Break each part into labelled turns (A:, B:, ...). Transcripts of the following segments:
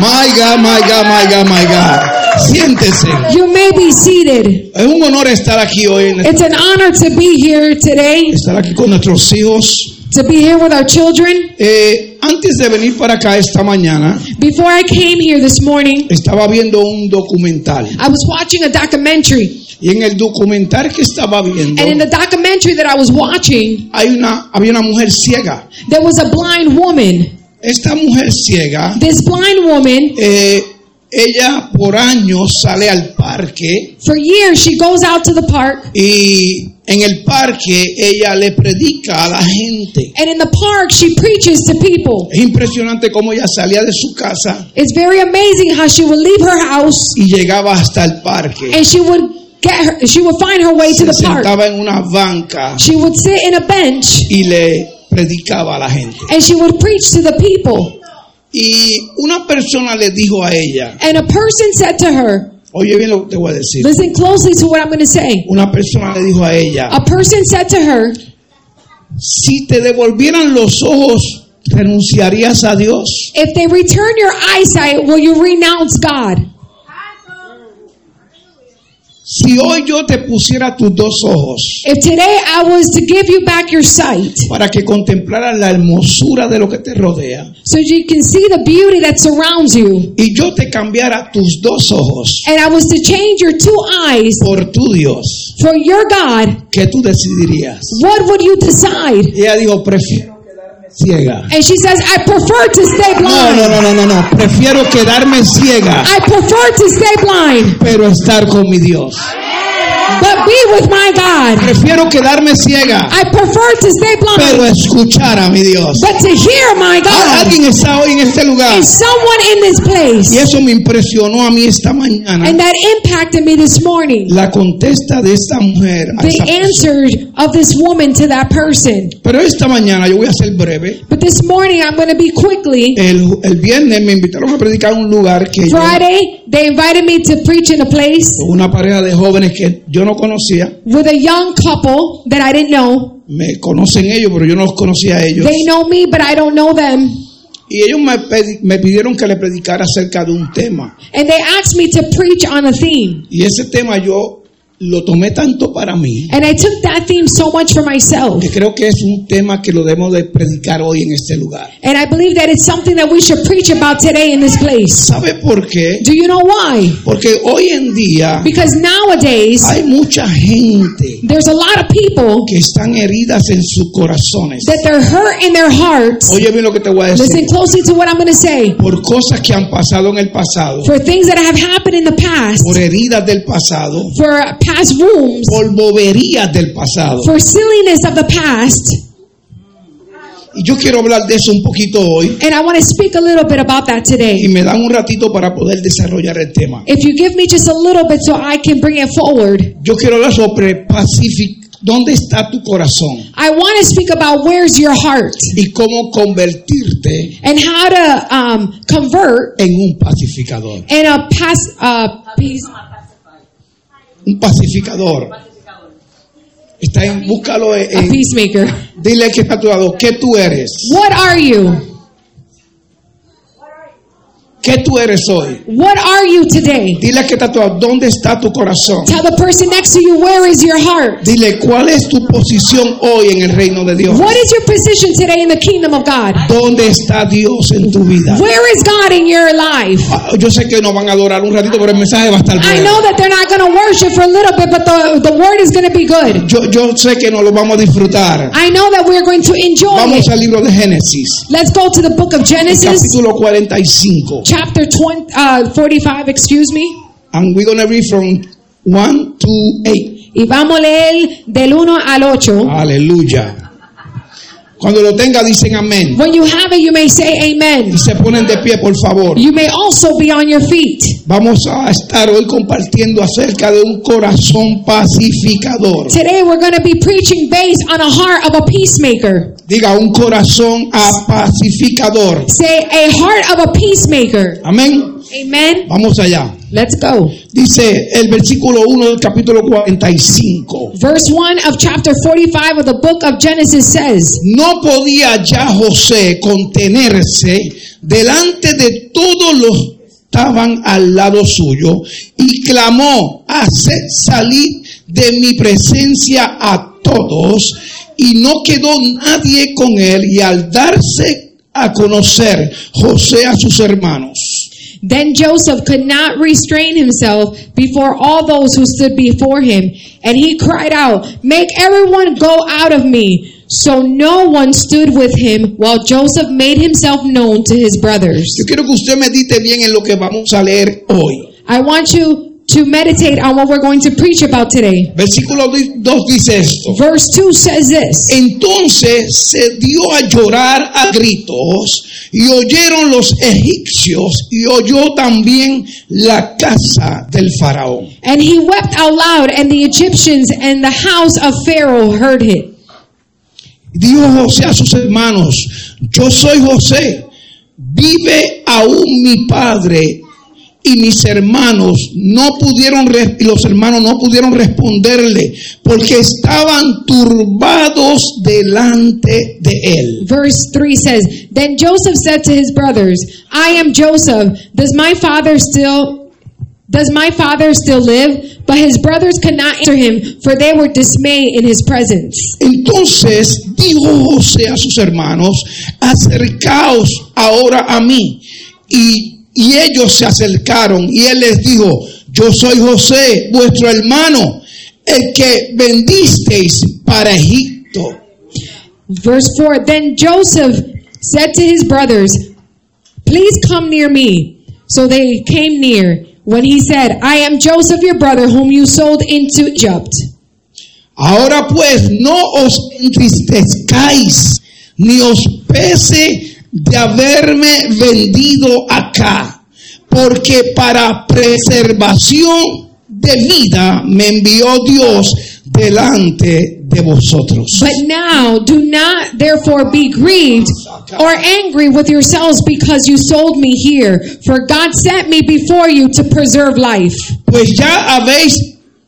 A: My God, my God, my God, my God. Siéntese.
B: You may be seated.
A: Es un honor estar aquí hoy,
B: It's an honor to be here today,
A: estar aquí con nuestros hijos.
B: to be here with our children.
A: Eh, antes de venir para acá esta mañana,
B: Before I came here this morning,
A: estaba viendo un documental.
B: I was watching a documentary,
A: Y en el documental que estaba viendo,
B: and in the documentary that I was watching,
A: hay una, había una mujer ciega.
B: there was a blind woman.
A: Esta mujer ciega,
B: This blind woman,
A: eh, ella por años sale al parque
B: for years, she goes out to the park,
A: y en el parque ella le predica a la gente.
B: and in the park, she preaches to people.
A: Es impresionante cómo ella salía de su casa
B: It's very amazing how she would leave her house
A: y llegaba hasta el parque.
B: and she would get her, she would find her way
A: Se
B: to the park.
A: sentaba en una banca
B: She would sit in a bench
A: y le predicaba a la gente.
B: and she would preach to the people.
A: Y una persona le dijo a ella,
B: And a person said to her,
A: oye bien lo que te voy a decir.
B: Listen closely to what I'm going to say.
A: Una persona le dijo a ella,
B: A person said to her,
A: si te devolvieran los ojos, ¿renunciarías a Dios?
B: If they return your eyesight, will you renounce God?
A: Si hoy yo te pusiera tus dos ojos
B: If today I was to give you back your sight
A: para que contemplaras la hermosura de lo que te rodea
B: so you can see the beauty that surrounds you,
A: y yo te cambiara tus dos ojos
B: and I was to change your two eyes
A: por tu Dios,
B: for your God,
A: ¿qué tú decidirías?
B: what would you decide?
A: Y ella dijo, prefiero quedarme ciega.
B: And she says, I prefer to stay
A: No,
B: blind.
A: no, no, no, no, no. Prefiero quedarme ciega,
B: I prefer to stay blind,
A: pero estar con mi Dios.
B: but be with my God.
A: Prefiero quedarme ciega,
B: I prefer to stay
A: pero
B: blind,
A: escuchar a mi Dios.
B: but to hear my
A: Ah,
B: God.
A: Alguien está hoy en este lugar.
B: Is someone in this
A: Y
B: place?
A: eso me impresionó a mí esta mañana.
B: And that impacted me this morning.
A: La contesta de esta mujer. a
B: The
A: esa persona.
B: answer of this woman to that person.
A: Pero esta mañana yo voy a ser breve.
B: But this morning, I'm going to be quickly.
A: El, el viernes me invitaron a predicar a un lugar que yo,
B: Friday, they invited me to preach in a place
A: una pareja de jóvenes que yo no conocía.
B: with a young couple that I didn't know.
A: Me conocen ellos, pero yo no los conocía a ellos.
B: They know me, but I don't know them.
A: Y ellos me, pedi- me pidieron que le predicara acerca de un tema.
B: And they asked me to preach on a theme.
A: Y ese tema yo lo tomé tanto para mí,
B: And I took that theme so much for myself.
A: que creo que es un tema que lo debemos de predicar hoy en este lugar.
B: And I believe that it's something that we should preach about today in this place.
A: ¿Sabe por qué?
B: Do you know why?
A: Porque hoy en día
B: Because nowadays,
A: hay mucha gente
B: there's a lot of people
A: que están heridas en sus corazones.
B: that they're hurt in their hearts.
A: Oye bien lo que te voy a decir.
B: Listen closely to what I'm going to say.
A: Por cosas que han pasado en el pasado,
B: for things that have happened in the past,
A: por heridas del pasado,
B: for past wounds,
A: por boberías del pasado.
B: for silliness of the past.
A: Y yo quiero hablar de eso un poquito hoy
B: And I want to speak a little bit about that
A: y
B: today.
A: me dan un ratito para poder desarrollar el tema.
B: If you give me just a little bit so I can bring it forward,
A: Yo quiero hablar sobre Pacific. ¿Dónde está tu corazón?
B: I want to speak about where's your heart
A: Y cómo convertirte
B: and how to um, convert
A: en un pacificador.
B: in a past uh, peace.
A: Un pacificador. Está en, búscalo en,
B: A
A: en-
B: peacemaker.
A: dile que está a tu lado, ¿qué tú eres?
B: What are you?
A: ¿Qué tú eres hoy?
B: What are you today?
A: Dile que está a tu lado, ¿dónde está tu corazón?
B: Tell the person next to you, where is your heart?
A: Dile, ¿cuál es tu posición hoy en el reino de Dios?
B: What is your position today in the kingdom of God?
A: ¿Dónde está Dios en tu vida?
B: Where is God in your life?
A: Ah, Yo sé que nos van a adorar un ratito, pero el mensaje va a estar
B: I know
A: bueno.
B: that they're not going to worship for a little bit, but the, the word is going to be good.
A: Yo, yo sé que nos lo vamos a disfrutar.
B: I know that we're going to enjoy
A: Vamos
B: it.
A: al libro de Génesis.
B: Let's go to the book of Genesis,
A: capítulo 45.
B: chapter 20, uh, 45, excuse me.
A: And we're going to read from 1 to 8.
B: Y vamos a leer del 1 al 8.
A: Aleluya. Cuando lo tenga, dicen amén.
B: When you have it, you may say amen.
A: Y se ponen de pie, por favor.
B: You may also be on your feet.
A: Vamos a estar hoy compartiendo acerca de un corazón pacificador.
B: Today, we're going to be preaching based on a heart of a peacemaker.
A: Diga, un corazón apacificador.
B: Say, a heart of a peacemaker.
A: Amén.
B: Amen.
A: Vamos allá.
B: Let's go.
A: Dice el versículo 1 del capítulo 45.
B: Verse 1 of chapter 45 of the book of Genesis says,
A: No podía ya José contenerse delante de todos los que estaban al lado suyo y clamó, haced salir de mi presencia a todos y no quedó nadie con él y al darse a conocer José a sus hermanos.
B: Then Joseph could not restrain himself before all those who stood before him, and he cried out, Make everyone go out of me. So no one stood with him while Joseph made himself known to his brothers.
A: Yo quiero que usted medite bien en lo que vamos a leer hoy.
B: I want you to meditate on what we're going to preach about today.
A: Versículo 2 dice esto.
B: Verse 2 says this
A: Entonces se dio a llorar a gritos y oyeron los egipcios y oyó también la casa del faraón.
B: And he wept out loud, and the Egyptians and the house of Pharaoh heard it.
A: Dijo José a sus hermanos, yo soy José, vive aún mi padre y mis hermanos no pudieron, res- y los hermanos no pudieron responderle porque estaban turbados delante de él.
B: Verse 3 says Then Joseph said to his brothers, I am Joseph. Does my father still. Does my father still live? But his brothers could not answer him, for they were dismayed in his presence.
A: Entonces dijo José a sus hermanos, acercaos ahora a mí. Y, y ellos se acercaron y él les dijo, yo soy José, vuestro hermano, el que vendisteis para Egipto.
B: Verse 4 Then Joseph said to his brothers, Please come near me. So they came near when he said, I am Joseph, your brother, whom you sold into Egypt.
A: Ahora pues no os entristezcáis, ni os pese de haberme vendido acá, porque para preservación de vida me envió Dios delante de vosotros.
B: But now do not therefore be grieved or angry with yourselves because you sold me here, for God sent me before you to preserve life.
A: Pues ya habéis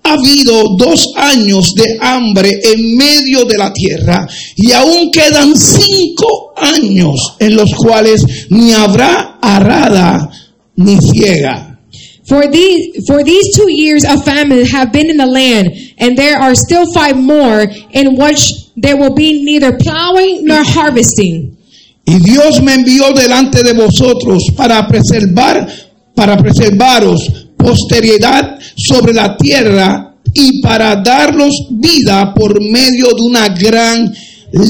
A: habido dos años de hambre en medio de la tierra y aún quedan cinco años en los cuales ni habrá arada ni ciega.
B: For these, for these two years of famine have been in the land, and there are still five more in which there will be neither plowing nor harvesting.
A: Y Dios me envió delante de vosotros para preservar, para preservaros posteridad sobre la tierra y para daros vida por medio de una gran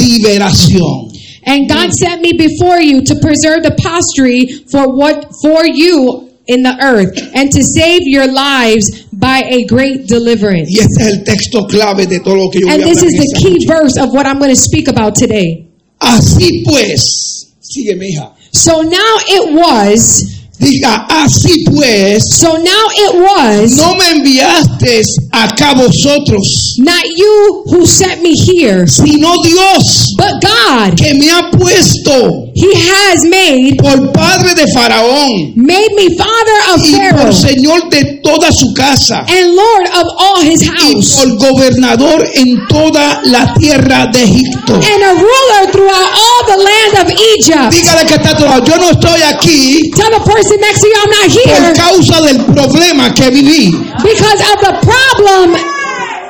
A: liberación.
B: And God sent me before you to preserve the posterity for what for you in the earth, and to save your lives by a great deliverance.
A: Y este es el texto clave de todo lo que yo voy
B: And
A: a
B: this
A: hablar
B: is
A: en
B: the
A: esta
B: key
A: noche.
B: verse of what I'm going to speak about today.
A: Así pues, sigue mi hija.
B: So now it was,
A: Diga, así pues,
B: so now it was,
A: no me enviaste acá vosotros,
B: not you who sent me here,
A: sino Dios
B: but God.
A: que me ha puesto
B: He has made,
A: por padre de Faraón
B: made me father of
A: y por
B: Pharaoh
A: señor de toda su casa
B: and lord of all his
A: y
B: house
A: por gobernador en toda la tierra de Egipto.
B: and a ruler throughout all the land of Egypt.
A: Dígale que está a tu lado, yo no estoy aquí
B: Tell the person next to you I'm not
A: por
B: here
A: causa del problema que viví,
B: because of the problem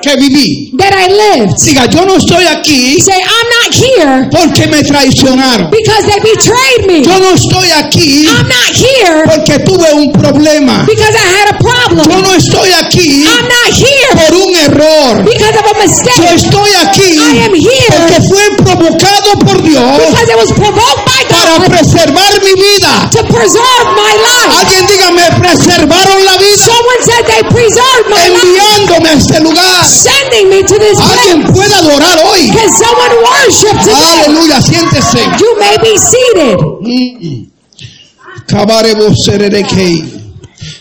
A: que viví.
B: that I lived.
A: Diga, yo no estoy aquí
B: Say, I'm not here
A: porque me traicionaron.
B: because they betrayed me.
A: Yo no estoy aquí
B: I'm not here
A: porque tuve un problema.
B: because I had a
A: Yo
B: problem.
A: no estoy aquí
B: I'm not here
A: por un error.
B: because of a
A: Yo
B: mistake.
A: estoy aquí
B: I am
A: porque
B: here
A: fue provocado por Dios
B: because it was provoked by
A: para
B: God
A: preservar mi vida.
B: to preserve my life.
A: Alguien diga, me preservaron la vida
B: Someone said they preserved my life,
A: enviándome a este lugar.
B: sending me to this
A: Alguien
B: place.
A: puede adorar hoy.
B: Can someone worship today?
A: Aleluya, siéntese.
B: You may be seated.
A: Mm. Cabare vos serere kei.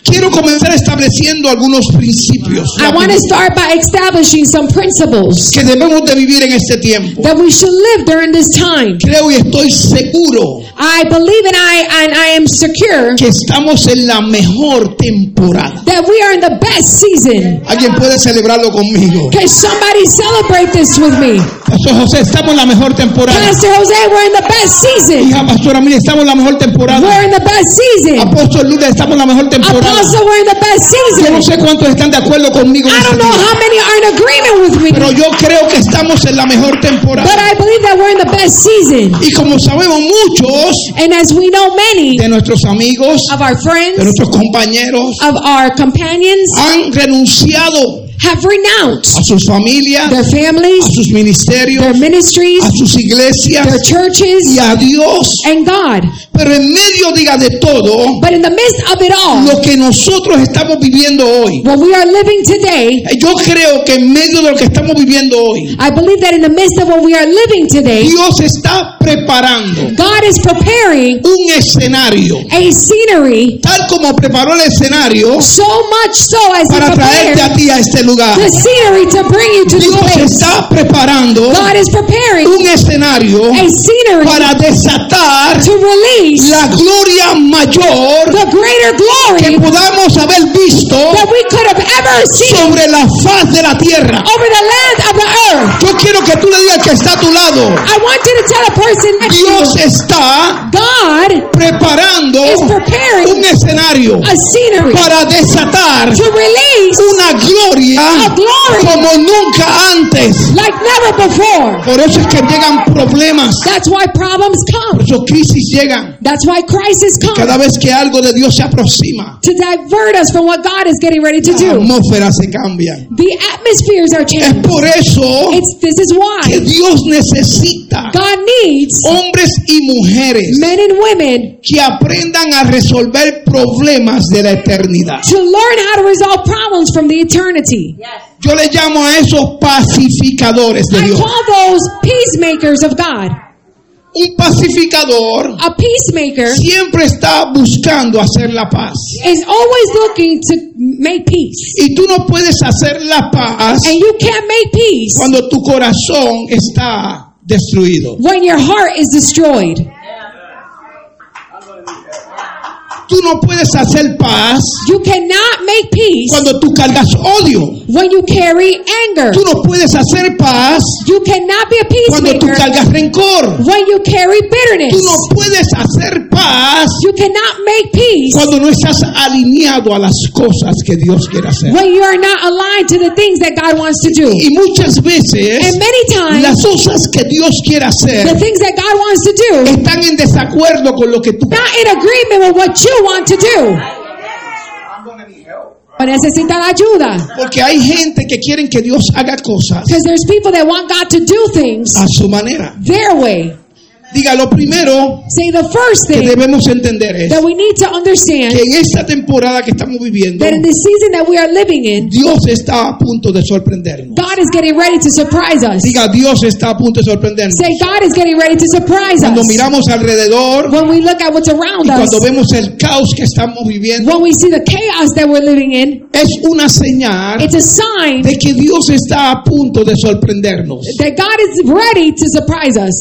A: Quiero comenzar estableciendo algunos principios
B: I want to
A: rápidos
B: start by establishing some principles
A: que debemos de vivir en este tiempo.
B: that we should live during this time.
A: Creo y estoy seguro
B: I believe and I and I am secure
A: que estamos en la mejor temporada.
B: that we are in the best season.
A: Alguien puede celebrarlo conmigo.
B: Can somebody celebrate this with me?
A: Pastor José, estamos en la mejor temporada.
B: Pastor Jose, we're in the best season.
A: Hija pastora, mire, estamos en la mejor temporada.
B: We're in the best season.
A: Apóstol Lucas, estamos en la mejor temporada.
B: Apostle, we're in the best
A: Yo no
B: season.
A: sé cuántos están de acuerdo conmigo, en
B: I
A: este
B: don't know
A: día,
B: how many are in agreement with me,
A: pero yo creo que estamos en la mejor
B: but
A: temporada.
B: I believe that we're in the best season.
A: Y como sabemos, muchos
B: And as we know, many
A: de nuestros amigos,
B: of our
A: de
B: friends,
A: nuestros compañeros,
B: of our companions,
A: han renunciado
B: have renounced
A: a sus familias,
B: their
A: a
B: families,
A: sus
B: their
A: ministerios,
B: ministries,
A: a sus
B: their
A: iglesias y
B: churches,
A: a Dios.
B: and God.
A: Pero en medio, diga, de todo
B: But in the midst of it all,
A: lo que nosotros estamos viviendo hoy,
B: what we are living today,
A: yo creo que en medio de lo que estamos viviendo hoy,
B: I believe that in the midst of what we are living today,
A: Dios está preparando
B: God is preparing
A: un escenario,
B: a scenery
A: tal como preparó el escenario
B: so much so as He
A: para traerte a
B: prepared
A: ti a este lugar.
B: the scenery to bring you to this
A: Dios
B: place.
A: está preparando
B: God is preparing
A: un escenario
B: a scenery
A: para desatar
B: to release
A: la gloria mayor
B: the greater
A: que
B: glory
A: podamos haber visto
B: that we could have ever seen
A: sobre la faz de la tierra.
B: over the land of the earth.
A: Yo quiero que tú le digas al que está a tu lado,
B: I want you to tell a person next to
A: Dios
B: you,
A: está
B: God
A: preparando
B: is preparing
A: un escenario
B: a scenery
A: para desatar
B: to release
A: una gloria
B: A glory.
A: como nunca antes.
B: like never before.
A: Por eso es que llegan problemas,
B: That's why problems come.
A: por eso crisis llegan
B: That's why crisis
A: cada
B: comes
A: vez que algo de Dios se aproxima.
B: to divert us from what God is getting ready to
A: La
B: do.
A: atmósfera se cambia.
B: The atmospheres are
A: Es
B: changed.
A: por eso
B: It's this is
A: que
B: why
A: Dios necesita
B: God needs
A: hombres y mujeres
B: men and women
A: que aprendan a resolver problemas de la eternidad.
B: to learn how to resolve problems from the eternity.
A: Yo le llamo a esos pacificadores de
B: I
A: Dios.
B: call those peacemakers of God.
A: Un pacificador
B: A peacemaker
A: siempre está buscando hacer la paz.
B: is always looking to make peace.
A: Y tú no puedes hacer la paz
B: And you can't make peace
A: cuando tu corazón está destruido.
B: when your heart is destroyed.
A: Tú no puedes hacer paz
B: You cannot make peace
A: cuando tú cargas odio.
B: when you carry anger.
A: Tú no puedes hacer paz
B: You cannot be a
A: cuando tú
B: peacemaker
A: cargas rencor.
B: when you carry bitterness.
A: Tú no puedes hacer paz
B: You cannot make peace
A: cuando no estás alineado a las cosas que Dios quiere hacer.
B: when you are not aligned to the things that God wants to do.
A: Y muchas
B: And
A: veces
B: many times,
A: las cosas que Dios quiere
B: the
A: hacer
B: things that God wants to do,
A: están en desacuerdo con lo que tú
B: not in agreement with what you want to do. But necesita la ayuda.
A: porque hay gente que quieren que Dios haga cosas
B: Because there's people that want God to do things
A: a su manera.
B: their way.
A: Diga, lo primero
B: Say the first
A: que
B: thing
A: debemos entender es
B: that we need to
A: que
B: understand
A: en esta temporada que estamos viviendo,
B: that in this season that we are living in,
A: Dios está a punto de sorprendernos.
B: God is getting ready to surprise us.
A: Diga, Dios está a punto de sorprendernos.
B: Say God is getting ready to surprise
A: Cuando
B: us.
A: miramos alrededor
B: When we look at what's
A: y
B: around us,
A: cuando vemos el caos que estamos viviendo,
B: when we see the chaos that we're living in,
A: es una señal
B: it's a sign
A: de que Dios está a punto de sorprendernos.
B: that God is ready to surprise us.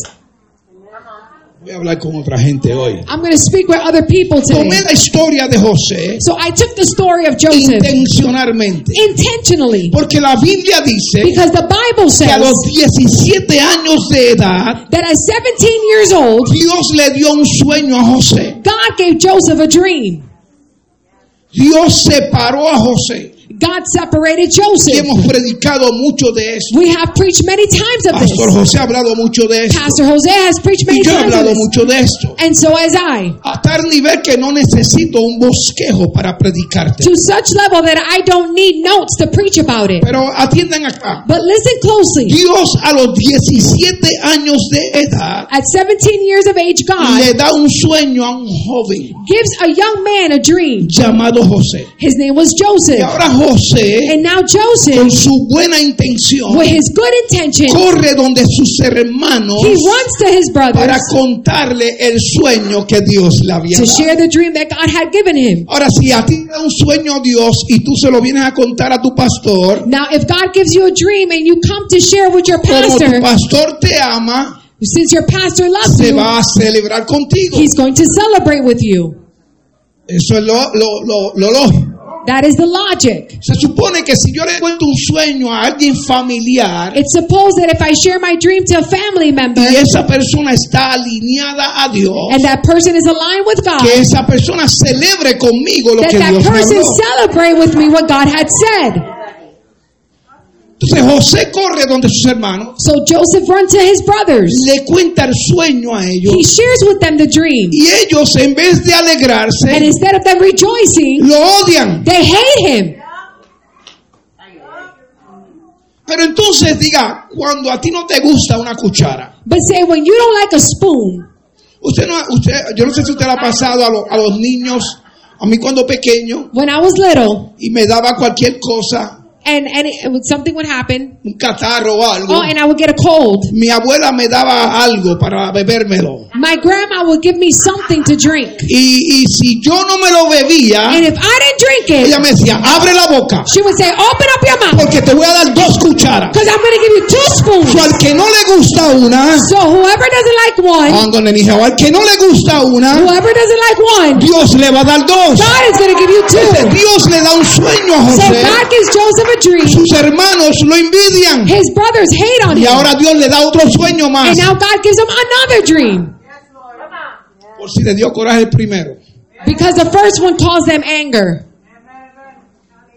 A: Voy a hablar con otra gente hoy.
B: I'm going to speak with other people
A: Tomé
B: today.
A: la historia de José
B: So I took the story of Joseph
A: intencionalmente,
B: intentionally
A: porque la Biblia dice
B: because the Bible
A: que a los
B: says
A: 17 años de edad
B: that at 17 years old,
A: Dios le dio un sueño a José.
B: God gave Joseph a dream.
A: Dios separó a José.
B: God separated
A: Y
B: Joseph.
A: hemos predicado mucho de eso.
B: We have preached many times of this.
A: Pastor José ha hablado mucho de eso.
B: Pastor Jose has preached many
A: Y yo he
B: times of
A: hablado
B: this.
A: mucho de esto.
B: And so has I.
A: A tal nivel que no necesito un bosquejo para predicarte.
B: to such level that I don't need notes to preach about it.
A: Pero atiendan acá.
B: But listen closely.
A: Dios a los 17 años de edad
B: At 17 years of age, God
A: le da un sueño a un joven
B: gives a young man a dream.
A: llamado José.
B: His name was
A: Y
B: Joseph.
A: ahora José,
B: And now Joseph,
A: con su buena intención,
B: with his good intention,
A: corre donde sus hermanos
B: he runs to his
A: para
B: brothers
A: contarle el sueño que Dios le había
B: to
A: dado.
B: share the dream that God had given him.
A: Ahora, si a ti te da un sueño Dios y tú se lo vienes a contar a tu pastor,
B: Now, if God gives you a dream and you come to share with your
A: como tu
B: pastor,
A: pastor te ama,
B: since your pastor loves
A: se
B: you,
A: va a celebrar contigo.
B: he's going to celebrate with you.
A: Eso es lo, lo, lo, lo lógico.
B: That is the logic.
A: Se supone que si yo le cuento un sueño a alguien familiar
B: It's supposed that if I share my dream to a family member
A: y esa persona está alineada a Dios,
B: and that person is aligned with God,
A: que esa persona celebre conmigo lo
B: that
A: que
B: that
A: Dios me
B: person
A: habló.
B: celebrate with me what God had said.
A: Entonces José corre donde sus hermanos,
B: So Joseph runs to his brothers.
A: le cuenta el sueño a ellos
B: He shares with them the dream.
A: y ellos en vez de alegrarse
B: And instead of them rejoicing,
A: lo odian.
B: they hate him.
A: Pero entonces diga, cuando a ti no te gusta una cuchara,
B: But say, when you don't like a spoon,
A: usted no, usted, yo no sé si usted le ha pasado a, lo- a los niños, a mí cuando pequeño
B: when I was little,
A: y me daba cualquier cosa,
B: and, and it, it would- something would happen,
A: un catarro o algo,
B: oh, and I would get a cold.
A: mi abuela me daba algo para bebérmelo
B: My grandma would give me something to drink.
A: y, y si yo no me lo
B: And
A: bebía,
B: if I didn't drink
A: ella
B: it,
A: me decía, abre la boca.
B: she would say, open up your mouth,
A: porque te voy a dar dos cucharas.
B: because I'm going to give you two
A: So,
B: spoons.
A: al que no le gusta una,
B: So whoever doesn't like one,
A: I'm gonna need help. al que no le gusta una,
B: whoever doesn't like one,
A: Dios le va a dar dos.
B: God is going to give you
A: Entonces,
B: two.
A: Dios le da un sueño a
B: So
A: José.
B: God gives Joseph a dream.
A: Sus hermanos lo envidian.
B: His brothers hate on
A: Y
B: him.
A: ahora Dios le da otro sueño más.
B: And now God gives him another dream.
A: Por si le dio coraje el primero.
B: Because the first one caused them anger.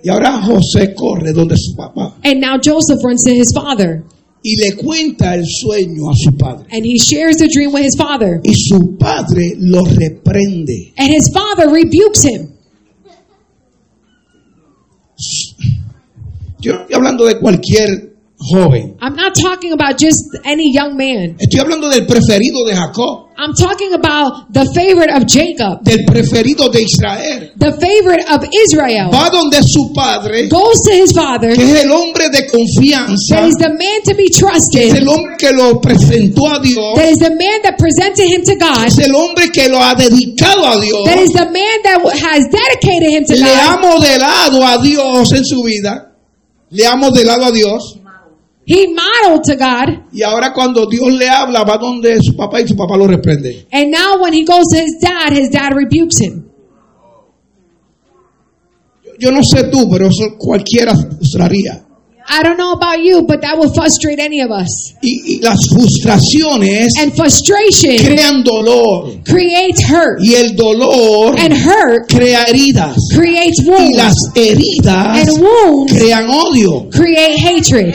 A: Y ahora José corre donde su papá
B: And now Joseph runs to his father.
A: y le cuenta el sueño a su padre.
B: And he shares the dream with his father.
A: Y su padre lo reprende.
B: And his father rebukes him.
A: Yo no estoy hablando de cualquier joven.
B: I'm not talking about just any young man.
A: Estoy hablando del preferido de Jacob.
B: I'm talking about the favorite of Jacob,
A: del preferido de Israel.
B: the favorite of Israel.
A: Va donde su padre,
B: Goes to his father,
A: que es el hombre de
B: that
A: confianza,
B: is the man to be
A: que es
B: trusted,
A: el hombre que lo presentó a Dios,
B: that is the man that presented him to God,
A: es el hombre que lo ha dedicado a
B: that is
A: Dios,
B: the man that has dedicated him to
A: le ha
B: God.
A: modelado a Dios en su vida, le ha modelado a Dios.
B: He modeled to God.
A: Y ahora cuando Dios le habla, va donde su papá y su papá lo reprende.
B: And now when he goes to his dad, his dad rebukes him.
A: Yo, yo no sé tú, pero eso cualquiera frustraría.
B: I don't know about you, but that will frustrate any of us.
A: Y, y las frustraciones
B: And frustration
A: crean dolor.
B: creates hurt,
A: Y el dolor
B: and hurt
A: crea heridas.
B: creates
A: y las
B: wounds,
A: heridas
B: and wounds
A: crean odio.
B: create hatred.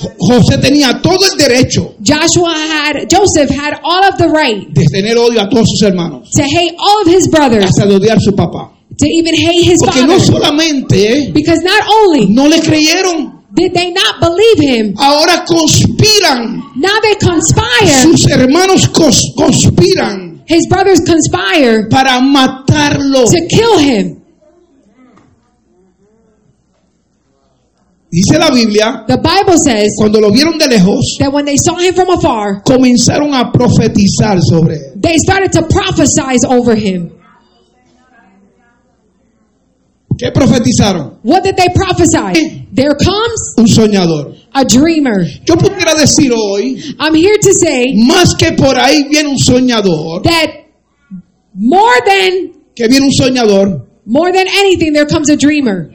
A: Jo- José tenía todo el derecho
B: Joshua had, Joseph had all of the right
A: de tener odio a todos sus hermanos,
B: to hate all of his brothers,
A: hasta de odiar a su papá.
B: to even hate his
A: Porque no
B: father.
A: solamente
B: Because not only
A: no le creyeron,
B: did they not believe him,
A: ahora conspiran,
B: now they conspire,
A: sus hermanos cons- conspiran
B: his brothers conspire
A: para matarlo.
B: to kill him.
A: Dice la Biblia,
B: The Bible says
A: cuando lo vieron de lejos,
B: that when they saw him from afar,
A: comenzaron a profetizar sobre él.
B: they started to prophesize over him.
A: ¿Qué profetizaron?
B: What did they prophesy? There comes
A: Un soñador.
B: a dreamer.
A: Yo pudiera decir hoy,
B: I'm here to say
A: más que por ahí viene un soñador,
B: that more than
A: que viene un soñador,
B: more than anything, there comes a dreamer.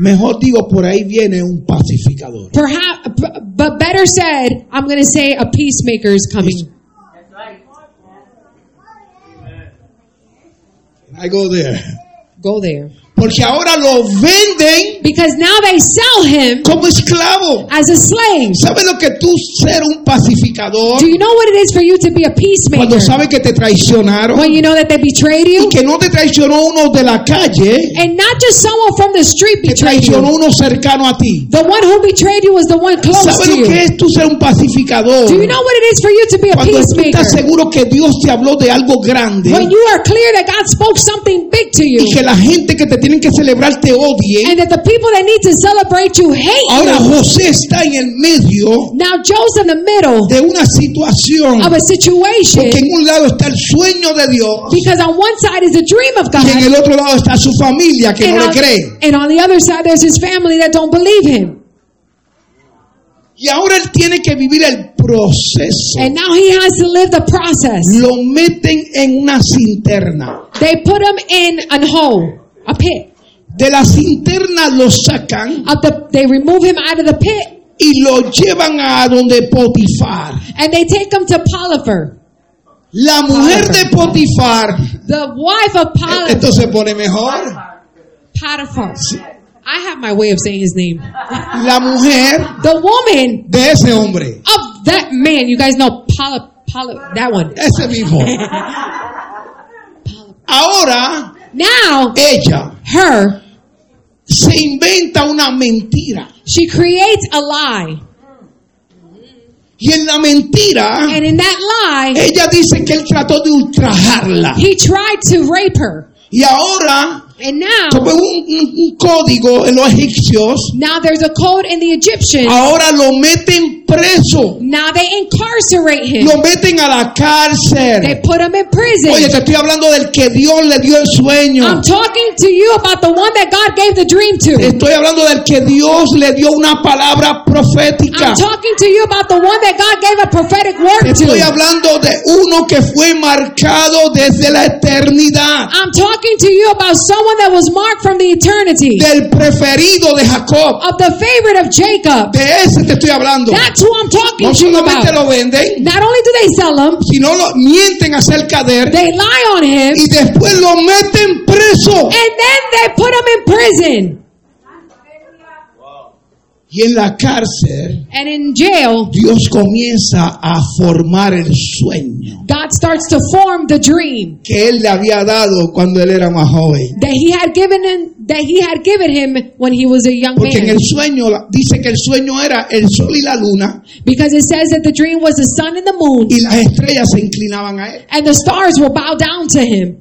A: Mejor digo, por ahí viene un pacificador.
B: Perhaps, but better said, I'm going to say a peacemaker is coming.
A: I go there.
B: Go there,
A: Porque ahora lo venden
B: because now they sell him
A: como esclavo.
B: as a slave.
A: ¿Sabes lo que tú ser un pacificador
B: Do you know what it is for you to be a
A: cuando
B: peacemaker
A: sabes que te traicionaron
B: when you know that they betrayed
A: y
B: you,
A: que no te traicionó uno de la calle,
B: and not just someone from the street
A: te
B: betrayed
A: traicionó
B: you.
A: uno cercano a ti?
B: The one who betrayed you was the one close
A: ¿Sabes
B: to
A: lo que
B: you.
A: es tú ser un pacificador?
B: Do you know what it is for you to be a
A: Cuando tú estás
B: peacemaker?
A: seguro que Dios te habló de algo grande
B: When you are clear that God spoke something big to
A: y
B: you,
A: que la gente que te tienen que celebrar te odien.
B: and that the people that need to celebrate you hate
A: Ahora
B: you.
A: José está en el medio
B: Now Joe's in the middle
A: de una situación
B: of a
A: porque
B: situation
A: en un lado está el sueño de Dios
B: because on one side is the dream of God,
A: y en el otro lado está su familia que
B: and,
A: no le
B: on,
A: cree.
B: and on the other side there's his family that don't believe him.
A: Y ahora él tiene que vivir el proceso.
B: And now he has to live the process.
A: Lo meten en una cinterna.
B: They put him in an hole, a pit.
A: De la cinterna lo sacan
B: Of the, they remove him out of the pit
A: y lo llevan a donde Potifar.
B: and they take him to Potiphar,
A: La mujer de Potifar,
B: the wife of Potiphar.
A: esto se pone mejor.
B: Potiphar. I have my way of saying his name.
A: La mujer
B: The woman
A: de ese hombre,
B: of that man, you guys know Poly, Poly, that one.
A: ese mismo. Ahora
B: Now,
A: ella
B: her,
A: se inventa una mentira
B: she creates a lie.
A: y en la mentira
B: And in that lie,
A: ella dice que él trató de ultrajarla
B: he tried to rape her.
A: y ahora
B: And now,
A: como es un, un- un código en los egipcios
B: now there's a code in the Egyptian.
A: ahora lo meten preso
B: Now they incarcerate him.
A: lo meten a la
B: They
A: cárcel
B: put him
A: oye
B: in prison.
A: te estoy hablando del que Dios le dio el sueño
B: I'm talking to you about the one that God gave the dream
A: Te
B: to.
A: estoy hablando del que Dios le dio una palabra profética
B: I'm talking to you about the one that God gave a prophetic
A: Te
B: word
A: estoy
B: to.
A: hablando de uno que fue marcado desde la eternidad
B: I'm talking to you about someone that was marked from the eternity,
A: del preferido de Jacob
B: of the favorite of Jacob.
A: De ese te estoy hablando.
B: That's who I'm talking
A: No
B: to you
A: solamente
B: about.
A: lo venden,
B: Not only do they sell him,
A: sino lo mienten acerca de él
B: they lie on him,
A: y después lo meten preso.
B: and then they put him in prison.
A: Y en la cárcel,
B: And in jail,
A: Dios comienza a formar el sueño
B: God starts to form the dream
A: que él le había dado cuando él era más joven.
B: that he had given him, that he had given him when he was a young
A: Porque en
B: man.
A: el sueño, la- dice que el sueño era el sol y la luna
B: Because it says that the dream was the sun and the moon,
A: y las estrellas se inclinaban a él.
B: and the stars will bow down to him.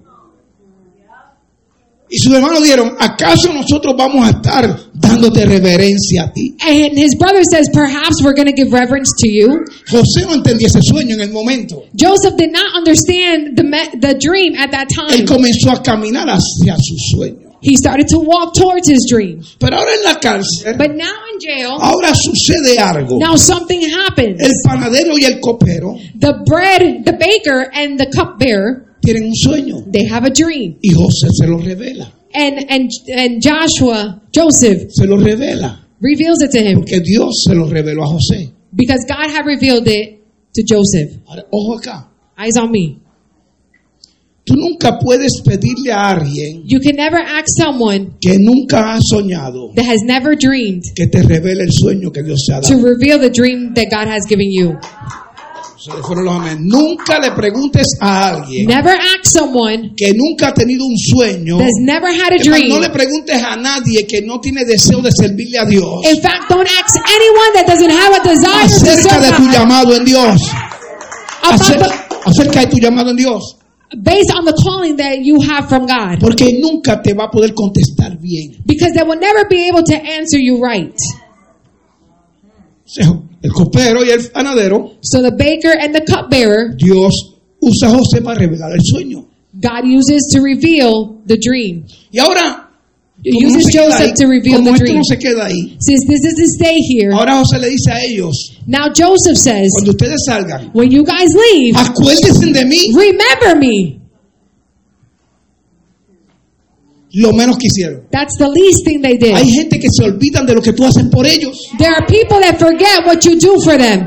A: Y sus hermanos dijeron, ¿acaso nosotros vamos a estar dándote reverencia a ti?
B: And his brother says, Perhaps we're going to give reverence to you.
A: José no entendía ese sueño en el momento.
B: Joseph did not understand the, me- the dream at that
A: Él
B: time.
A: comenzó a caminar hacia su sueño.
B: He started to walk towards his dream.
A: Pero ahora en la cárcel,
B: But now in jail,
A: ahora sucede algo.
B: now something happens.
A: El panadero y el copero
B: The bread, the baker, and the cupbearer,
A: tienen un sueño
B: they have a dream.
A: y José se lo revela.
B: And, and, and Joshua, Joseph,
A: Se lo revela
B: reveals it to him
A: porque Dios se lo reveló a José.
B: because God had revealed it to Joseph.
A: Ahora, ojo acá.
B: Eyes on me.
A: Tú nunca puedes pedirle a alguien
B: You can never ask someone
A: que nunca ha soñado
B: that has never dreamed
A: que te revele el sueño que Dios te ha
B: to
A: dado.
B: reveal the dream that God has given you.
A: Se le fueron los amén. Nunca le preguntes a alguien
B: Never ask someone
A: que nunca ha tenido un sueño.
B: that's never had a
A: Es más, No
B: dream
A: le preguntes a nadie que no tiene deseo de servirle a Dios.
B: In fact, don't ask anyone that doesn't have a desire to
A: acerca
B: serve
A: de tu
B: God
A: llamado en Dios. Acer-
B: about
A: Acerca, de tu llamado en Dios.
B: the- based on the calling that you have from God.
A: Porque nunca te va a poder contestar bien.
B: Because they will never be able to answer you right.
A: O sea, El copero y el panadero,
B: So the baker and the cupbearer,
A: Dios usa a José para revelar el sueño.
B: God uses to reveal the dream.
A: Y ahora,
B: He
A: como, no
B: uses
A: se queda
B: Joseph
A: ahí,
B: to reveal
A: como
B: the
A: esto
B: dream.
A: no se queda ahí,
B: Since this is his day here,
A: ahora José le dice a ellos,
B: now Joseph says,
A: Ah. cuando Ah. ustedes salgan,
B: when you guys leave,
A: acuérdense de mí
B: remember me.
A: lo menos que hicieron.
B: That's the least thing they
A: Hay
B: did.
A: gente que se olvidan de lo que tú haces por ellos.
B: There are people that forget what you do for them.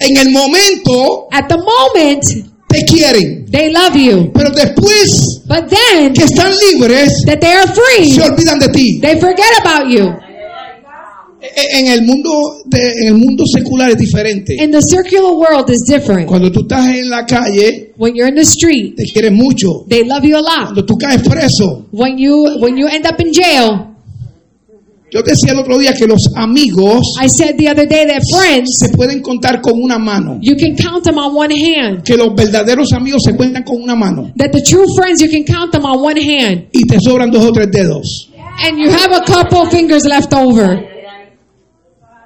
A: En el momento
B: At the moment,
A: te quieren,
B: they love you.
A: pero después
B: But then,
A: que están libres,
B: that they are free.
A: se olvidan de ti.
B: They forget about you.
A: E- En el mundo de- en el mundo secular es diferente.
B: And the circular world is different.
A: Cuando tú estás en la calle
B: When you're in the street,
A: te quieren mucho.
B: they love you a lot.
A: Cuando tú caes preso
B: When you when you end up in jail,
A: Yo decía el otro día que los amigos
B: I said the other day that
A: se
B: friends,
A: pueden contar con una mano.
B: you can count them on one hand.
A: Que los verdaderos amigos se cuentan con una mano.
B: That the true friends, you can count them on one hand.
A: Y te sobran dos o tres dedos.
B: And you have a couple fingers left over.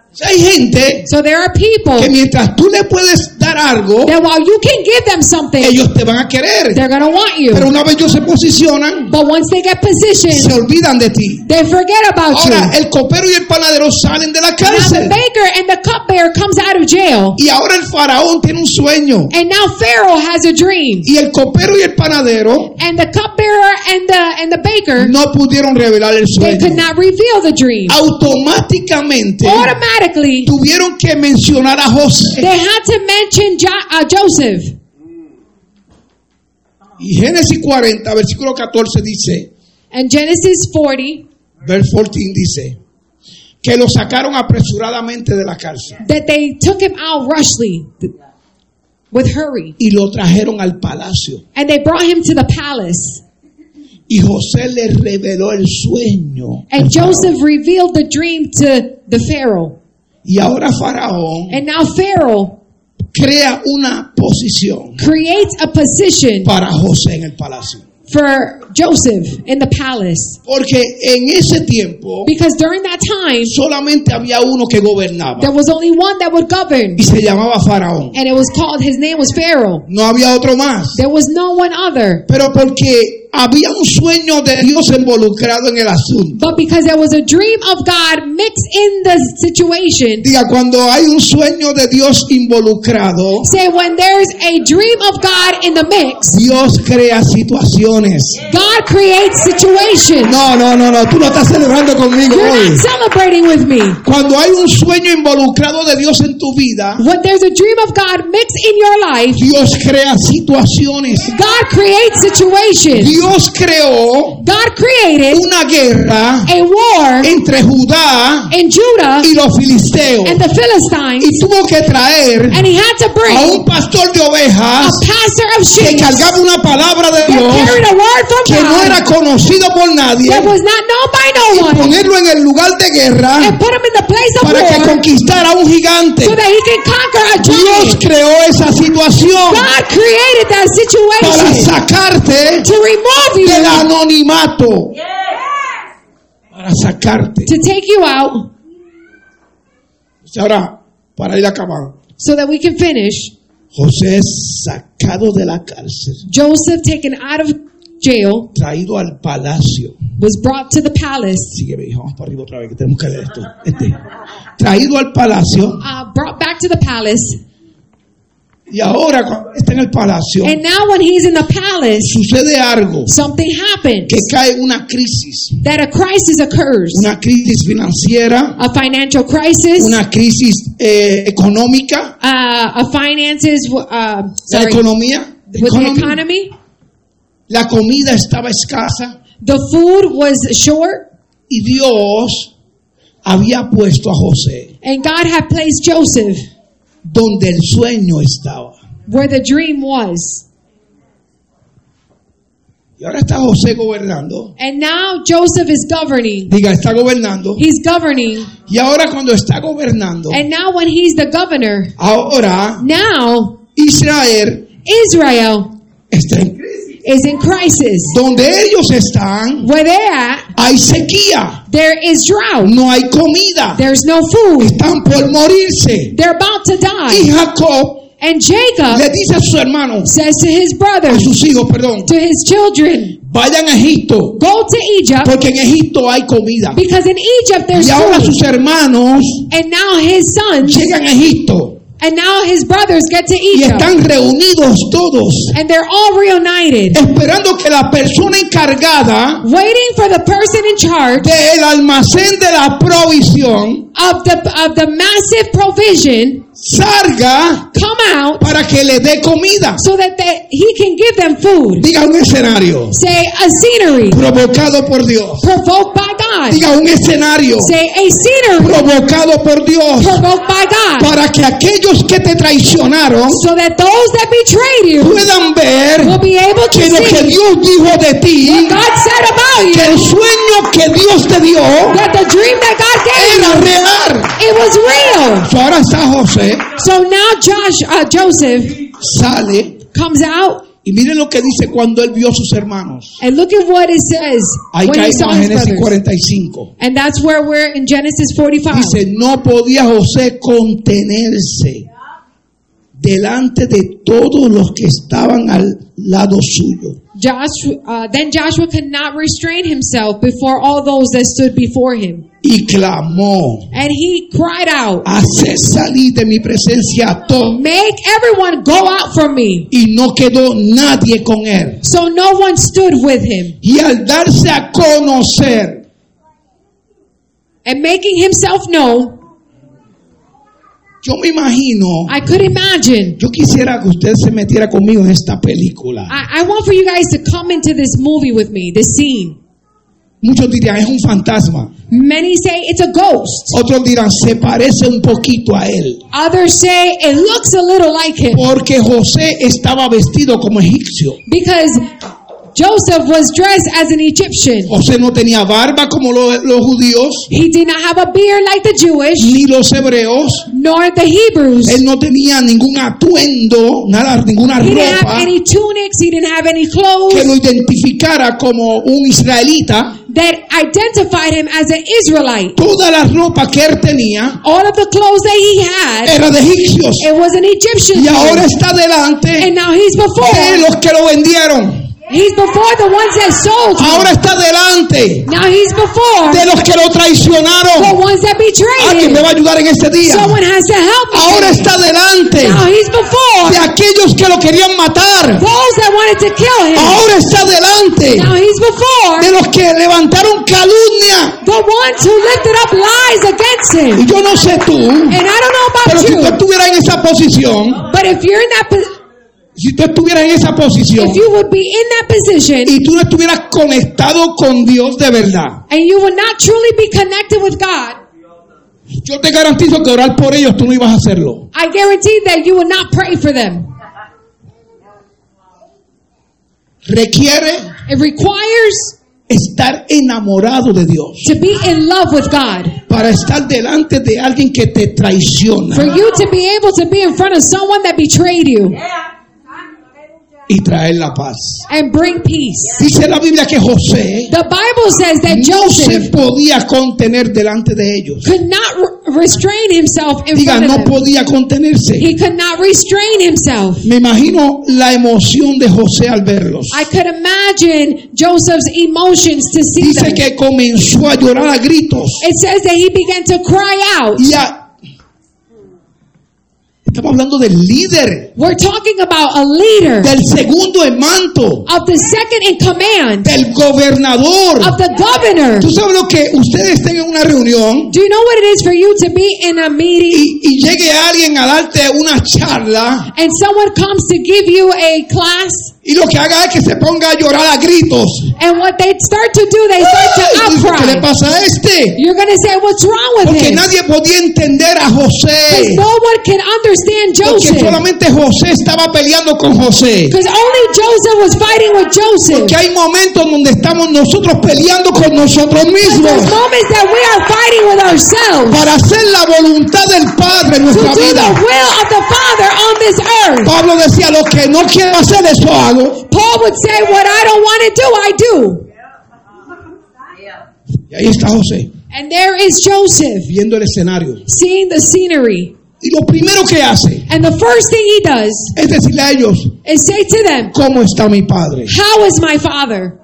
A: O sea, hay gente
B: So there are people
A: que mientras tú le puedes dar algo,
B: that while you can give them something,
A: ellos te van a querer.
B: they're going to want you.
A: Pero una vez ellos se posicionan,
B: But once they get
A: se
B: positioned,
A: olvidan de ti.
B: they forget about you.
A: Ahora, el copero y el panadero salen de la
B: Now the
A: cárcel.
B: baker and the cupbearer comes out of jail.
A: Y ahora el faraón tiene un sueño.
B: And now Pharaoh has a dream.
A: Y el copero y el panadero
B: And the cupbearer and the and the baker,
A: no pudieron revelar el
B: they could
A: sueño.
B: not reveal the dream.
A: Automáticamente
B: Automatically,
A: tuvieron que mencionar a José.
B: they had to mention jo- uh, Joseph.
A: Y Génesis 40, versículo 14 dice,
B: And Genesis 40
A: verse 14 dice, que lo sacaron apresuradamente de la cárcel
B: that they took him out rushly with hurry,
A: y lo trajeron al palacio.
B: and they brought him to the palace.
A: Y José le reveló el sueño.
B: And Joseph revealed the dream to the Pharaoh.
A: Y ahora Faraón
B: And now Pharaoh
A: crea una posición
B: creates a position
A: para José en el palacio.
B: for Joseph in the palace
A: Porque en ese tiempo
B: because during that time
A: solamente había uno que
B: there
A: gobernaba
B: was only one that would govern,
A: y se llamaba Faraón.
B: and it was called. His name was Pharaoh.
A: No había otro más.
B: There was no one other.
A: Pero porque había un sueño de Dios involucrado en el asunto.
B: But because there was a dream of God mixed in the situation,
A: Diga, cuando hay un sueño de Dios involucrado,
B: say when there's a dream of God in the mix,
A: Dios crea situaciones.
B: God creates situations.
A: No, no, no, no, tú no estás celebrando conmigo
B: You're
A: hoy.
B: not celebrating with me.
A: Cuando hay un sueño involucrado de Dios en tu vida,
B: When there's a dream of God mixed in your life,
A: Dios crea situaciones.
B: God creates situations.
A: Dios creó
B: God created
A: una guerra
B: a war
A: entre Judá
B: in Judah
A: y los filisteos
B: and the Philistines,
A: y tuvo que traer
B: and he had to
A: a un
B: bring
A: pastor de
B: a
A: ovejas
B: pastor
A: que
B: of sheep that
A: cargaba una palabra de Dios
B: carried a word from
A: que no era
B: God
A: conocido por nadie
B: that was not
A: y
B: known by no one.
A: ponerlo en el lugar de
B: and
A: guerra
B: put him in the place of
A: para que
B: war
A: conquistara a un gigante.
B: so that he can conquer a
A: Dios
B: giant.
A: creó esa situación
B: God created that
A: para
B: situation
A: sacarte
B: to remove you,
A: del anonimato. Para sacarte.
B: to take you out,
A: Ahora, para ir acabando.
B: so that we can finish.
A: José es sacado de la cárcel,
B: Joseph, taken out of jail,
A: traído al palacio.
B: was brought to the palace,
A: Sigue, mi hijo, vamos para arriba otra vez, que tenemos que leer esto. Este. Traído al palacio,
B: uh, brought back to the palace,
A: y ahora cuando está en el palacio,
B: and now when he's in the palace,
A: sucede algo,
B: something happens
A: que cae una crisis,
B: that a crisis occurs,
A: una crisis financiera,
B: a financial crisis,
A: una crisis eh, económica,
B: uh, a finances, uh,
A: la
B: sorry,
A: economía,
B: with the
A: economy.
B: economy.
A: la comida estaba escasa,
B: The food was short.
A: y Dios había puesto a José
B: And God had placed Joseph
A: donde el sueño estaba.
B: where the dream was.
A: Y ahora está José gobernando.
B: And now Joseph is governing.
A: Diga, está gobernando.
B: He's governing.
A: Y ahora cuando está gobernando,
B: And now when he's the governor,
A: ahora
B: now
A: Israel
B: Israel
A: está en crisis.
B: is in crisis.
A: Donde ellos están,
B: Where they're at,
A: hay sequía,
B: there is drought.
A: no hay comida,
B: There's no food.
A: están por morirse.
B: They're about to
A: Y
B: die.
A: Jacob
B: And Jacob
A: le dice a sus hermanos,
B: says to his
A: a
B: brothers,
A: sus hijos, perdón,
B: to his children,
A: vayan a Egipto,
B: go to Egypt
A: porque en Egipto hay comida.
B: because in Egypt there's
A: Y ahora
B: food.
A: sus hermanos
B: And now his sons
A: llegan a Egipto
B: and now his brothers get to
A: y
B: Egypt.
A: están reunidos todos,
B: And they're all reunited.
A: esperando que la persona encargada
B: waiting for the person in charge
A: del almacén de la provisión
B: of the of the massive provision
A: salga
B: come out
A: para que le dé comida.
B: so that they, he can give them food.
A: Diga un escenario
B: Say a scenery
A: provocado por Dios.
B: provoked by God.
A: Diga un escenario
B: Say a scenery
A: provocado por Dios
B: provoked by God
A: para que aquellos que te traicionaron
B: so that those that betrayed you
A: puedan ver
B: will be able to
A: que lo que
B: see
A: Dios dijo de ti,
B: what God said about
A: que
B: you
A: el sueño que Dios te dio
B: that the dream that God gave
A: era
B: him,
A: real.
B: it was real.
A: So ahora está José,
B: So now Josh, uh, Joseph
A: sale
B: comes out
A: y miren lo que dice cuando él vio a sus hermanos.
B: and look at what it says
A: Ahí
B: when he saw
A: caímos en
B: his
A: Génesis
B: brothers.
A: 45.
B: And that's where we're in Genesis 45.
A: Dice, no podía José contenerse delante de todos los que estaban al lado suyo.
B: Joshua, uh, then Joshua could not restrain himself before all those that stood before him.
A: Y clamó,
B: And he cried out,
A: hace salir de mi presencia a todos.
B: Make everyone go out from me.
A: Y no quedó nadie con él.
B: So no one stood with him.
A: Y al darse a conocer,
B: And making himself known,
A: yo me imagino,
B: I could imagine.
A: yo quisiera que usted se metiera conmigo en esta película.
B: I, I want for you guys to come into this movie with me, this scene.
A: Muchos dirían, es un fantasma.
B: Many say it's a ghost.
A: Otros dirán, se parece un poquito a él.
B: Others say it looks a little like him
A: Porque José estaba vestido como egipcio.
B: because Joseph was dressed as an Egyptian.
A: José no tenía barba como lo- los judíos,
B: He did not have a beard like the Jewish,
A: ni los hebreos.
B: nor the Hebrews.
A: Él no tenía ningún atuendo, nada, ninguna
B: He didn't have
A: ropa
B: any tunics. He didn't have any
A: que lo
B: clothes
A: identificara como un israelita.
B: that identified him as an Israelite.
A: Toda la ropa que él tenía
B: All of the clothes that he had,
A: era de egipcios.
B: it was an Egyptian.
A: Y
B: clothes.
A: ahora está
B: and
A: delante
B: now he's
A: de
B: before.
A: los que lo vendieron.
B: He's before the ones that sold him.
A: Ahora está delante
B: now he's before
A: de los que lo
B: the
A: traicionaron.
B: ones that
A: Alguien me
B: betrayed him.
A: va a ayudar en este día.
B: Someone has to help him.
A: Ahora está delante
B: now he's before
A: de aquellos que lo querían matar.
B: those that wanted to kill him.
A: Ahora está delante
B: now he's before
A: de los que levantaron calumnia.
B: the ones who lifted up lies against
A: Y
B: him.
A: yo no sé tú,
B: And I
A: pero si tú
B: don't know about you,
A: estuvieras en esa posición,
B: but if you're in that position,
A: si tú estuvieras en esa posición
B: if you would be in that position
A: y tú no estuvieras conectado con Dios de verdad,
B: and you would not truly be connected with God,
A: yo te garantizo que orar por ellos tú no ibas a hacerlo.
B: I guarantee that you would not pray for them.
A: Requiere
B: It requires
A: estar enamorado de Dios
B: to be in love with God.
A: para estar delante de alguien que te
B: For
A: traiciona
B: you to be able to be in front of someone that betrayed you
A: y traer la paz.
B: and bring peace.
A: Dice la Biblia que José
B: The Bible says that
A: no se
B: Joseph
A: podía contener delante de ellos.
B: could not re- restrain himself in
A: Diga,
B: front
A: no
B: of them.
A: podía contenerse.
B: He could not restrain himself.
A: Me imagino la emoción de José al verlos.
B: I could imagine Joseph's emotions to see
A: Dice
B: them.
A: que comenzó a llorar a gritos.
B: It says that he began to cry out.
A: Y a- Estamos hablando del líder,
B: We're talking about a leader
A: del segundo en manto,
B: of the second in command
A: del gobernador.
B: of the governor.
A: Tú sabes lo que ustedes estén en una reunión
B: Do you know what it is for you to be in a meeting
A: y, y llegue alguien a darte una charla
B: and someone comes to give you a class
A: y lo que haga es que se ponga a llorar a gritos.
B: and what they start to do,
A: ¡Ay!
B: they
A: Dice,
B: start
A: ¿Qué
B: to
A: le
B: outcry.
A: pasa a este?
B: You're going to say, What's wrong with
A: Porque
B: him?
A: nadie podía entender a José.
B: Because no one can understand
A: Porque
B: Joseph.
A: solamente José estaba peleando con José.
B: Because only Joseph was fighting with Joseph.
A: Porque hay momentos donde estamos nosotros peleando con nosotros
B: Because there's
A: mismos
B: moments that we are fighting with ourselves
A: para hacer la voluntad del Padre en
B: to
A: nuestra
B: do the
A: vida.
B: will of the Father on this earth.
A: Pablo decía, lo que no quiero hacer, eso hago.
B: Paul would say, What I don't want to do, I do.
A: Y ahí está José,
B: And there is Joseph
A: viendo el escenario.
B: seeing the scenery.
A: Y lo primero que hace
B: And the first thing he does
A: es decirle a ellos,
B: is say to them,
A: ¿cómo está mi Padre?
B: How is my father?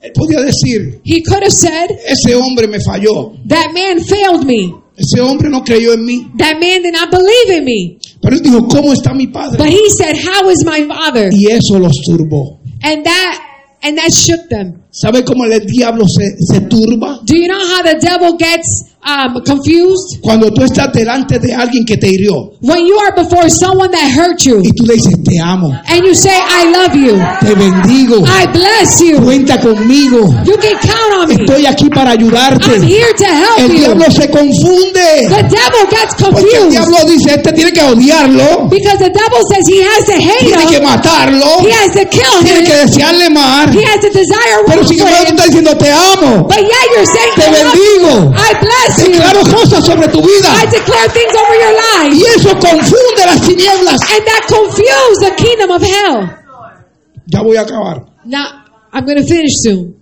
A: Él podía decir,
B: He could have said,
A: ese hombre me falló,
B: That man failed me.
A: ese hombre no creyó en mí.
B: That man did not believe in me.
A: Pero él dijo, ¿cómo está mi Padre?
B: But he said, How is my father?
A: Y eso los turbó.
B: And that and that shook them.
A: ¿Sabe cómo el diablo se, se turba?
B: Do you know how the devil gets um, confused?
A: Cuando tú estás delante de alguien que te hirió
B: When you are before someone that hurt you
A: y tú le dices, te amo,
B: and you say, I love you,
A: te bendigo,
B: I bless you,
A: cuenta conmigo,
B: you can count on me,
A: estoy aquí para
B: I'm
A: ayudarte.
B: here to help
A: El
B: you.
A: diablo se confunde.
B: The devil gets
A: Porque el
B: confused
A: diablo dice, este tiene que odiarlo,
B: because the devil says he has to
A: tiene
B: hate
A: que
B: him,
A: matarlo,
B: he has to kill
A: tiene que
B: him,
A: desearle más.
B: he has to desire
A: Pero
B: wrong
A: sin
B: for
A: embargo tú
B: him.
A: estás diciendo, te amo,
B: But yet you're saying,
A: te
B: I love you.
A: bendigo,
B: I bless you.
A: declaro cosas sobre tu
B: I
A: vida.
B: declare things over your
A: Y
B: life.
A: eso confunde las tinieblas.
B: And that confused the kingdom of hell.
A: Ya voy a acabar.
B: Now, I'm going to finish soon.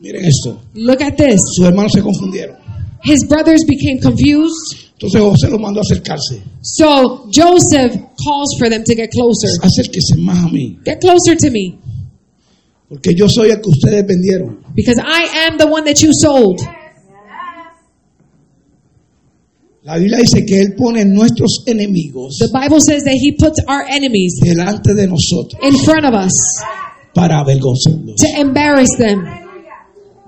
A: Miren esto.
B: Look at this.
A: Sus hermanos se confundieron.
B: His brothers became confused.
A: Entonces José los mandó a acercarse.
B: So Joseph calls for them to get closer.
A: Acérquese más a mí.
B: Get closer to me
A: Porque yo soy el que ustedes vendieron.
B: because I am the one that you sold.
A: La Biblia dice que Él pone nuestros enemigos
B: The Bible says that he puts our enemies
A: delante de nosotros
B: in front of us
A: para avergonzarlos.
B: to embarrass them,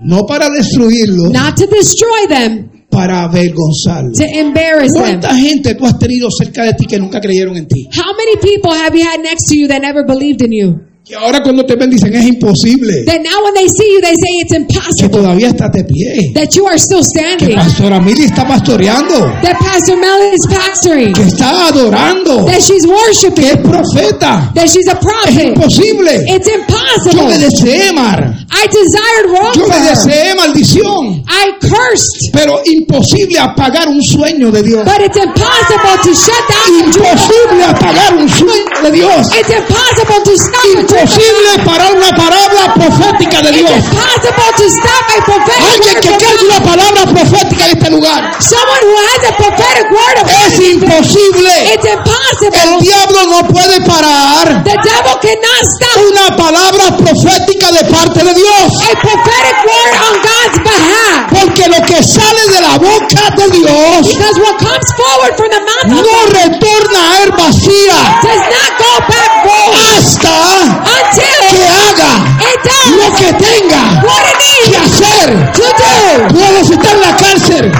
A: No para destruirlos,
B: not to destroy them,
A: para avergonzarlos.
B: to embarrass them.
A: ¿Cuánta gente tú has tenido cerca de ti que nunca creyeron en ti?
B: How many people have you had next to you that never believed in you?
A: Que ahora cuando te bendicen es imposible.
B: That now when they see you, they say it's
A: Que
B: impossible.
A: todavía estás de pie.
B: That you are still
A: Que
B: standing.
A: Pastora Mili está pastoreando.
B: That Pastor Melon is pastoring.
A: Que está adorando.
B: That she's
A: Que es
B: worshiping.
A: profeta.
B: That she's a
A: Es
B: prophet.
A: imposible.
B: It's
A: Yo me
B: impossible.
A: deseé mar.
B: I desired wrong
A: Yo me
B: for her.
A: deseé maldición.
B: I cursed.
A: Pero imposible apagar un sueño de Dios.
B: But it's impossible to shut down the dream.
A: Imposible apagar un sueño de Dios.
B: It's impossible to stop a dream.
A: Imposible parar una palabra profética de
B: It's
A: Dios.
B: impossible to stop a
A: Alguien
B: prophetic
A: que
B: word from
A: cante una palabra profética en este lugar.
B: someone who has a prophetic word of
A: Es imposible.
B: It's impossible.
A: El diablo no puede parar
B: The devil cannot stop
A: una palabra profética de parte de Dios.
B: a prophetic word on God's behalf.
A: Porque lo que sale de la boca de Dios
B: Because what comes forward from the mouth of
A: no retorna a él vacía
B: does not go back void
A: hasta que
B: until
A: haga
B: it does
A: lo que tenga
B: what it
A: que
B: needs
A: hacer.
B: to do.
A: Puedes estar en la cárcel.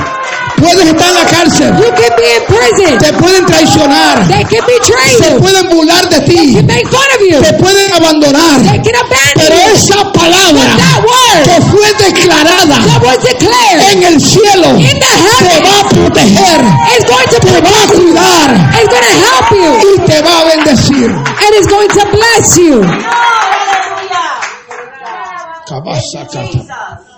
A: Puedes estar en la cárcel.
B: You can be in prison.
A: Te pueden traicionar.
B: They can betray
A: Se
B: you.
A: pueden burlar de ti.
B: They make fun of you.
A: Te pueden abandonar.
B: They can
A: Pero
B: abandon you.
A: esa palabra
B: That word
A: que fue declarada
B: that was declared
A: en el cielo
B: in the
A: te va
B: heavens
A: a proteger,
B: is going to
A: te va a
B: protect you.
A: cuidar
B: It's going to help you.
A: y te va a bendecir.
B: and is going to bless you.
C: Hallelujah.
A: Cabasa, cata.
C: Jesus.